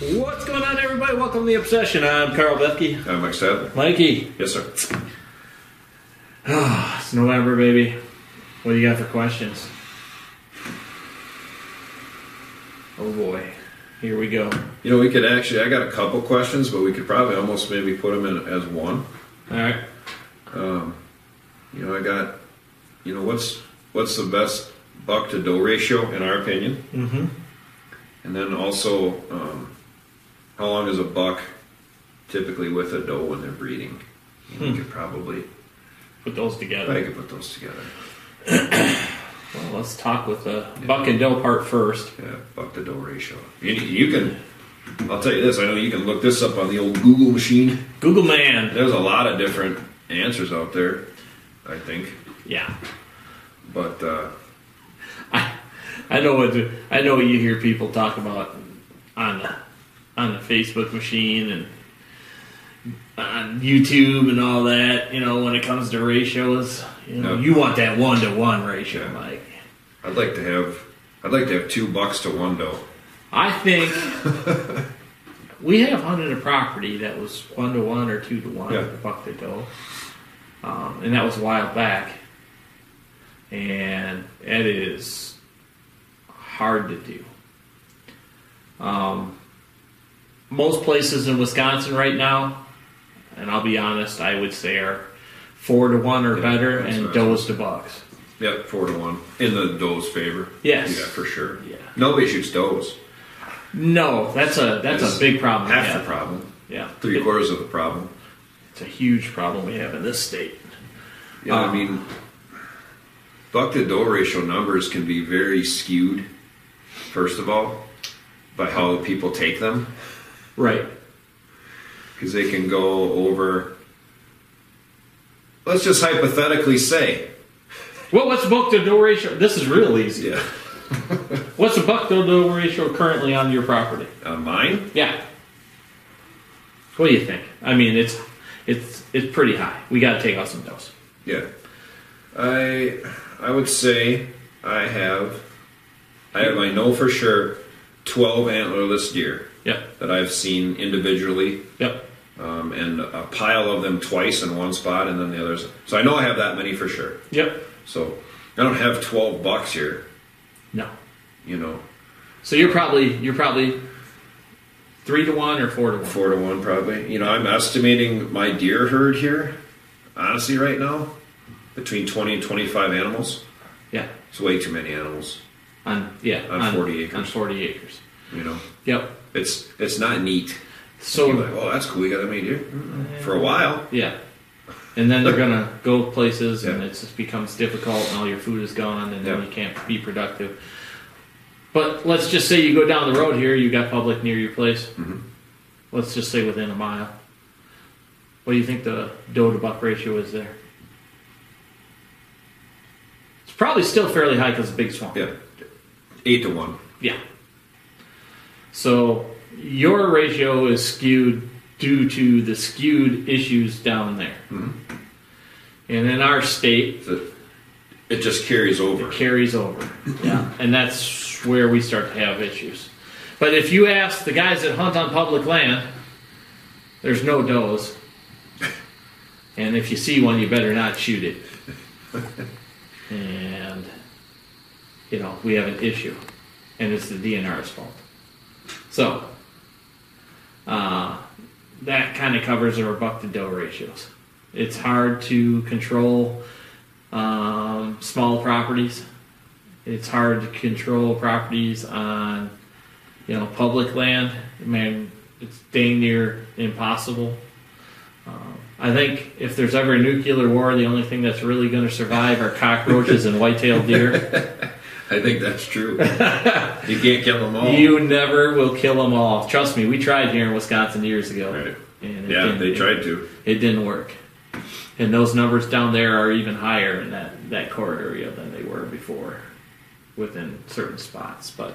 What's going on, everybody? Welcome to The Obsession. I'm Carl Bethke. I'm Mike Sadler. Mikey, Yes, sir. it's November, baby. What do you got for questions? Oh boy, here we go. You know, we could actually, I got a couple questions, but we could probably almost maybe put them in as one. All right. You know, I got, you know, what's what's the best buck to doe ratio in our opinion? Mm-hmm. And then also, um, how long is a buck typically with a doe when they're breeding? You know, We could probably, Put those together. I could put those together. Well, let's talk with the Buck and Doe part first. Yeah, buck to doe ratio. You, you can, I'll tell you this, I know you can look this up on the old Google machine. Google Man. There's a lot of different answers out there, I think. Yeah. But uh, I, I know what to- I know what you hear people talk about on the on the Facebook machine and on YouTube and all that. You know, when it comes to ratios, you know, Yeah. you want that one to one ratio, Yeah. Mike. I'd like to have, I'd like to have two bucks to one doe. I think we have hunted a property that was one to one or two to one Yeah. with the buck to doe, um, and that was a while back. And it is hard to do. Um, most places in Wisconsin right now, and I'll be honest, I would say are four to one or Yeah, better, that's and what I was does to bucks. Yep, four to one in the doe's favor. Yes. yeah, for sure. Yeah. nobody shoots does. No, that's a that's It's a big problem. Half we the have. problem, Yeah, three quarters of the problem. It's a huge problem we have in this state. Yeah, Um, I mean, buck to doe ratio numbers can be very skewed. First of all, by how people take them. Right. because they can go over. Let's just hypothetically say, Well, what's the buck to doe ratio? This is real easy. yeah, What's the buck to doe ratio currently on your property? uh, mine. Yeah. What do you think? I mean, it's it's it's pretty high. We got to take off some does. Yeah, I I would say I have I have I know for sure twelve antlerless deer Yep. that I've seen individually, Yep. um, and a pile of them twice in one spot, and then the others. So I know I have that many for sure. Yep. So I don't have twelve bucks here, No. you know, So you're probably you're probably three to one or four to one. four to one probably. You know, I'm estimating my deer herd here, honestly, right now, between 20 and 25 animals. Yeah. It's way too many animals. On yeah On 40 acres. On forty acres. You know, Yep. it's it's not neat. So You're like, oh, that's cool. We got that many deer Mm-mm. for a while. Yeah. And then they're gonna go places, and Yeah. it just becomes difficult, and all your food is gone, and then Yeah. you can't be productive. But let's just say you go down the road here. You got public near your place. Mm-hmm. Let's just say within a mile. What do you think the doe to buck ratio is there? It's probably still fairly high because of big swamp. Yeah, eight to one. Yeah. So your ratio is skewed due to the skewed issues down there. And in our state, It, it just carries over. it carries over. Yeah. And that's where we start to have issues. But if you ask the guys that hunt on public land, there's no does. And if you see one, you better not shoot it. And, you know, we have an issue. And it's the DNR's fault. So, uh, that kind of covers our buck to doe ratios. It's hard to control um, small properties. It's hard to control properties on, you know, public land. Man, it's dang near impossible. Um, I think if there's ever a nuclear war, the only thing that's really going to survive are cockroaches and white-tailed deer. I think that's true. you can't kill them all. You never will kill them all. Trust me, we tried here in Wisconsin years ago. Right. And it yeah, didn't- they it- tried to. It didn't work. And those numbers down there are even higher in that, that core area than they were before within certain spots. But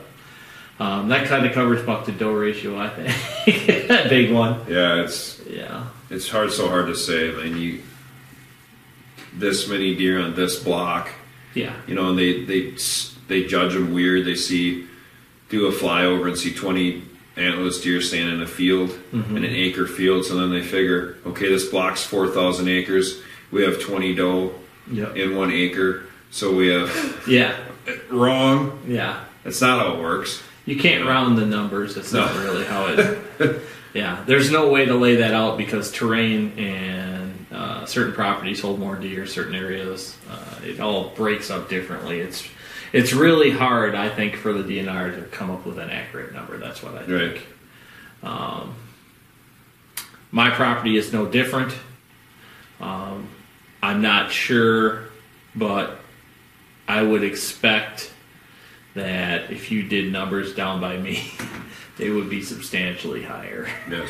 um, that kind of covers buck to doe ratio, I think. that big one. Yeah, it's Yeah. it's hard so hard to say. I mean, you this many deer on this block. Yeah. you know, and they they they judge them weird. They see do a flyover and see twenty antlerless deer stand in a field, in an acre field. So then they figure, okay, this block's 4,000 acres. We have 20 doe Yep. in one acre. So we have. Yeah. Wrong. Yeah. That's not how it works. You can't round the numbers. That's not No. really how it. yeah, there's no way to lay that out because terrain and uh, certain properties hold more deer. Certain areas, uh, it all breaks up differently. It's it's really hard, I think, for the DNR to come up with an accurate number. That's what I think. Right. Um, my property is no different. Um, I'm not sure, but I would expect that if you did numbers down by me, they would be substantially higher. Yes.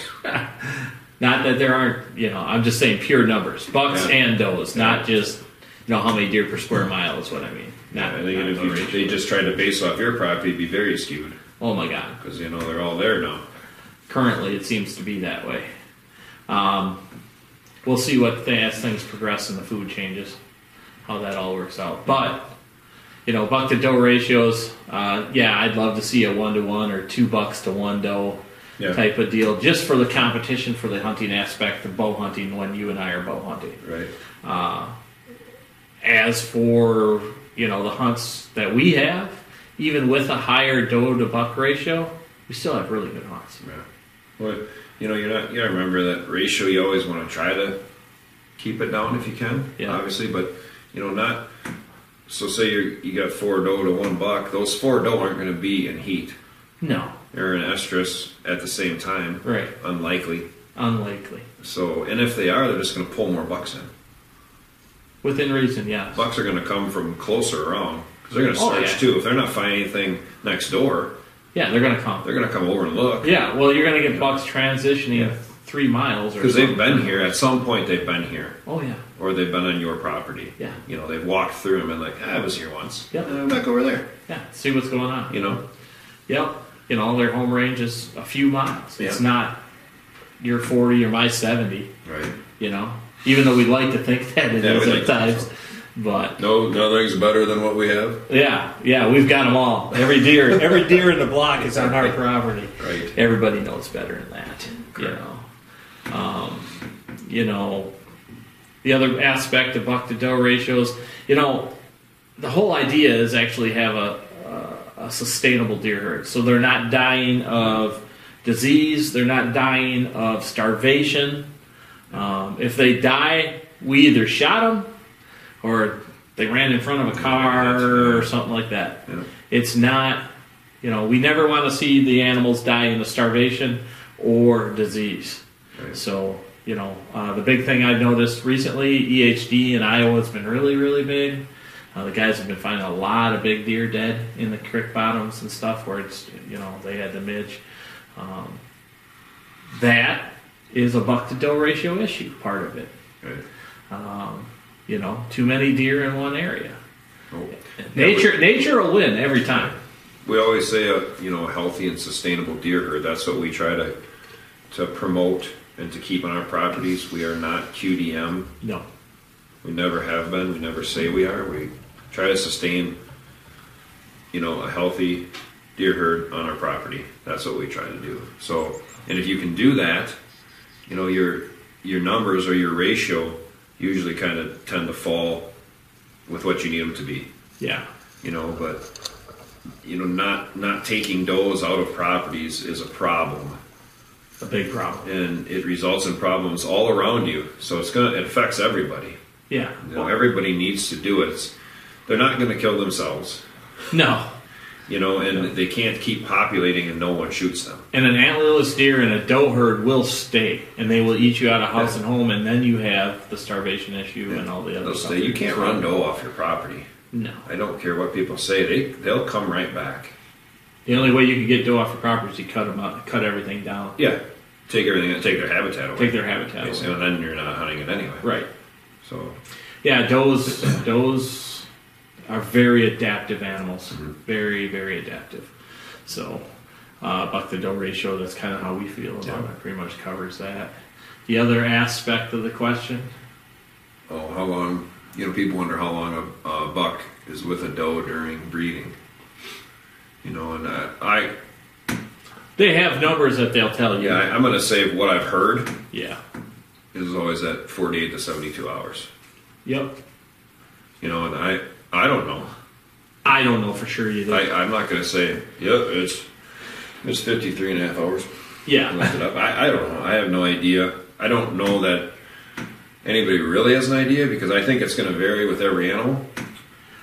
Not that there aren't, you know, I'm just saying pure numbers, bucks Yeah. and does, not just you know how many deer per square mile is what I mean. Not, I not think if the you, ratio. they just tried to base off your property, it'd be very skewed oh my god. because you know they're all there now. currently it seems to be that way. Um, we'll see what th- as things progress and the food changes, how that all works out. But you know, buck to doe ratios. Uh, yeah, I'd love to see a one to one or two bucks to one doe Yeah. type of deal, just for the competition for the hunting aspect of bow hunting when you and I are bow hunting. Right. As for you know the hunts that we have, even with a higher doe to buck ratio, we still have really good hunts. Yeah. Well, you know, you're not. You gotta remember that ratio. You always want to try to keep it down if you can. Yeah. Obviously, but you know, not. So say you you got four doe to one buck. Those four doe aren't going to be in heat No, or in estrus at the same time. right. Unlikely. Unlikely. So, and if they are, they're just going to pull more bucks in. Within reason, yes. Bucks are going to come from closer around because they're going to Oh, search yeah. too. If they're not finding anything next door, Yeah, they're gonna come. they're going to come over and look. Yeah, well, you're gonna get bucks transitioning Yeah. three miles or Because they've something. been here at some point. They've been here. Oh yeah, or they've been on your property. Yeah. You know, they've walked through them and like, ah, I was here once. Yep. Uh, back over there. yeah. See what's going on. You know. Yep. You know, their home range is a few miles. It's Yeah. not your forty or my seventy. Right. You know, even though we like to think that it Yeah, is we like to think sometimes, but No, nothing's better than what we have. yeah, yeah, we've got them all. Every deer, every deer in the block is on our property. Right. Everybody knows better than that. You Correct. know. Um, you know, the other aspect of buck to doe ratios, you know, the whole idea is actually have a, a, a sustainable deer herd. So they're not dying of disease, they're not dying of starvation. Um, if they die, we either shot them or they ran in front of a car or something like that. Yeah. It's not, you know, we never want to see the animals dying of starvation or disease. Right. So, you know, uh, the big thing I've noticed recently, EHD in Iowa has been really, really big. Uh, the guys have been finding a lot of big deer dead in the creek bottoms and stuff where it's, you know, they had the midge. Um, that is a buck to doe ratio issue, part of it. Right. Um, you know, too many deer in one area. Oh. Nature, nature will win every time. We always say, a, you know, a healthy and sustainable deer herd. That's what we try to to promote and to keep on our properties. We are not QDM. No, We never have been. We never say we are. We try to sustain, you know, a healthy deer herd on our property. That's what we try to do. So, and if you can do that, you know, your your numbers or your ratio usually kind of tend to fall with what you need them to be. yeah, You know, but you know, not not taking does out of properties is a problem a big problem. and it results in problems all around you. So it's gonna it affects everybody. Yeah, You know, everybody needs to do it. It's- They're not going to kill themselves, no. you know, and they can't keep populating and no one shoots them. And an antlerless deer and a doe herd will stay, and they will eat you out of house and home, and then you have the starvation issue and all the other They'll stuff. say, you can't run doe off your property. No, I don't care what people say; they they'll come right back. the only way you can get doe off your property is you cut them up, cut everything down, Yeah, take everything, take their habitat away, take their habitat away. basically, and then you're not hunting it anyway. Right. So Yeah, does does are very adaptive animals. Mm-hmm. Very very adaptive. So, uh, buck to doe ratio. That's kind of how we feel about Yeah. it. Pretty much covers that. The other aspect of the question. Oh, how long? You know, people wonder how long a, a buck uh, is with a doe during breeding. You know, and I, I, They have numbers that they'll tell you. Yeah, I, I'm going to say what I've heard Yeah. is always at 48 to 72 hours. Yep. You know, and I I don't know. I don't know for sure either. I, I'm not going to say, yeah, it's it's 53 and a half hours. I yeah. looked it up. I, I don't know. I have no idea. I don't know that anybody really has an idea because I think it's going to vary with every animal.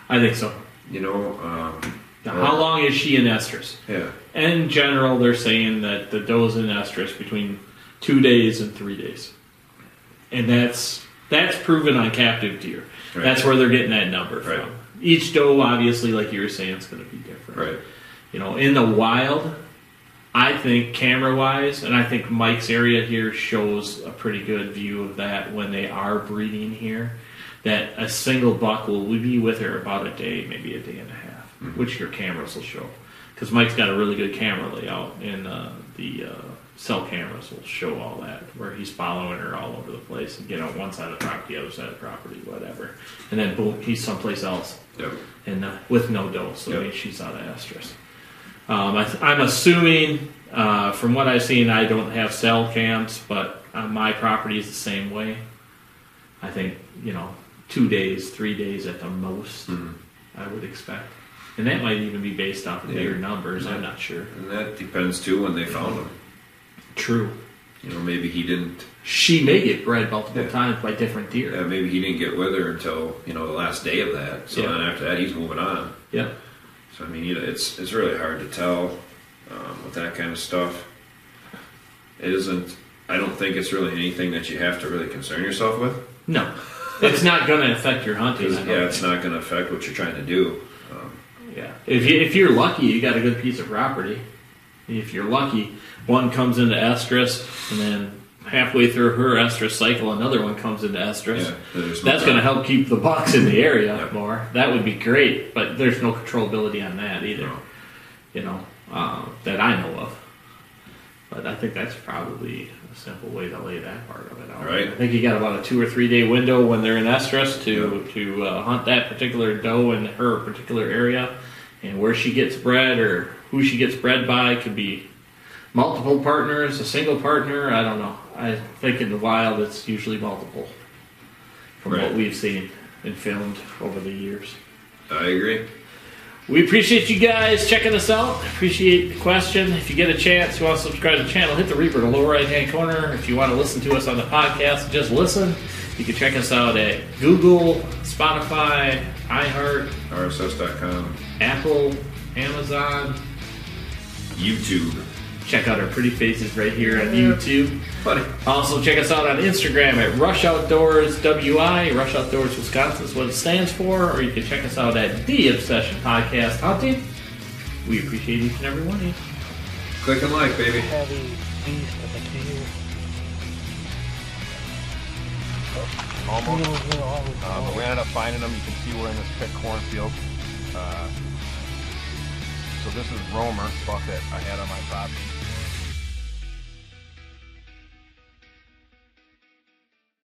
I think so. You know, um, Now, Yeah. how long is she in estrus? yeah. In general, they're saying that the doe's in estrus between two days and three days, and that's that's proven on captive deer. Right. That's where they're getting that number from. Right. Each doe, obviously, like you were saying, is going to be different. Right. You know, in the wild, I think camera wise, and I think Mike's area here shows a pretty good view of that when they are breeding here, that a single buck will be with her about a day, maybe a day and a half, which your cameras will show. Because Mike's got a really good camera layout, and uh, the uh, cell cameras will show all that, where he's following her all over the place and get on one side of the property, the other side of the property, whatever. And then boom, he's someplace else Yep. and uh, with no dose, so Yep. it means she's out of estrus. Um, I th- I'm assuming, uh, from what I've seen, I don't have cell cams, but on my property is the same way. I think you know, two days, three days at the most, I would expect, and that might even be based off of Yeah. bigger numbers. I'm not sure. And that depends too when they found him. True. You know, maybe he didn't. She may get bred multiple Yeah. times by different deer. Yeah, maybe he didn't get with her until you know the last day of that. So Yeah. then after that, he's moving on. Yep. So I mean, you know, it's it's really hard to tell um, with that kind of stuff. It isn't. I don't think it's really anything that you have to really concern yourself with. No, it's not going to affect your hunting. I 'Cause, don't yeah, think. it's not going to affect what you're trying to do. Um, Yeah. If you, if you're lucky, you got a good piece of property. If you're lucky, one comes into estrus, and then halfway through her estrus cycle, another one comes into estrus. yeah, there's no That's going to help keep the bucks in the area Yeah. more. That would be great, but there's no controllability on that either. No. You know, uh, that I know of. But I think that's probably a simple way to lay that part of it out. Right. I think you got about a two or three day window when they're in estrus to to uh, hunt that particular doe in her particular area, and where she gets bred or who she gets bred by could be multiple partners, a single partner. I don't know. I think in the wild it's usually multiple, from Right. what we've seen and filmed over the years. I agree. We appreciate you guys checking us out. Appreciate the question. If you get a chance, you want to subscribe to the channel, hit the Reaper in the lower right hand corner. If you want to listen to us on the podcast, just listen. You can check us out at Google, Spotify, iHeart, RSS.com, Apple, Amazon. YouTube. Check out our pretty faces right here on YouTube. Funny. Also, check us out on Instagram at Rush Outdoors WI, Rush Outdoors Wisconsin is what it stands for, or you can check us out at The Obsession Podcast Hunting. We appreciate each and every one of you. Click and like, baby. heavy beast of a deer. almost. Wheels were always Uh, but we ended up finding them. You can see we're in this thick cornfield. Uh, so this is Romer, buck that I had on my property.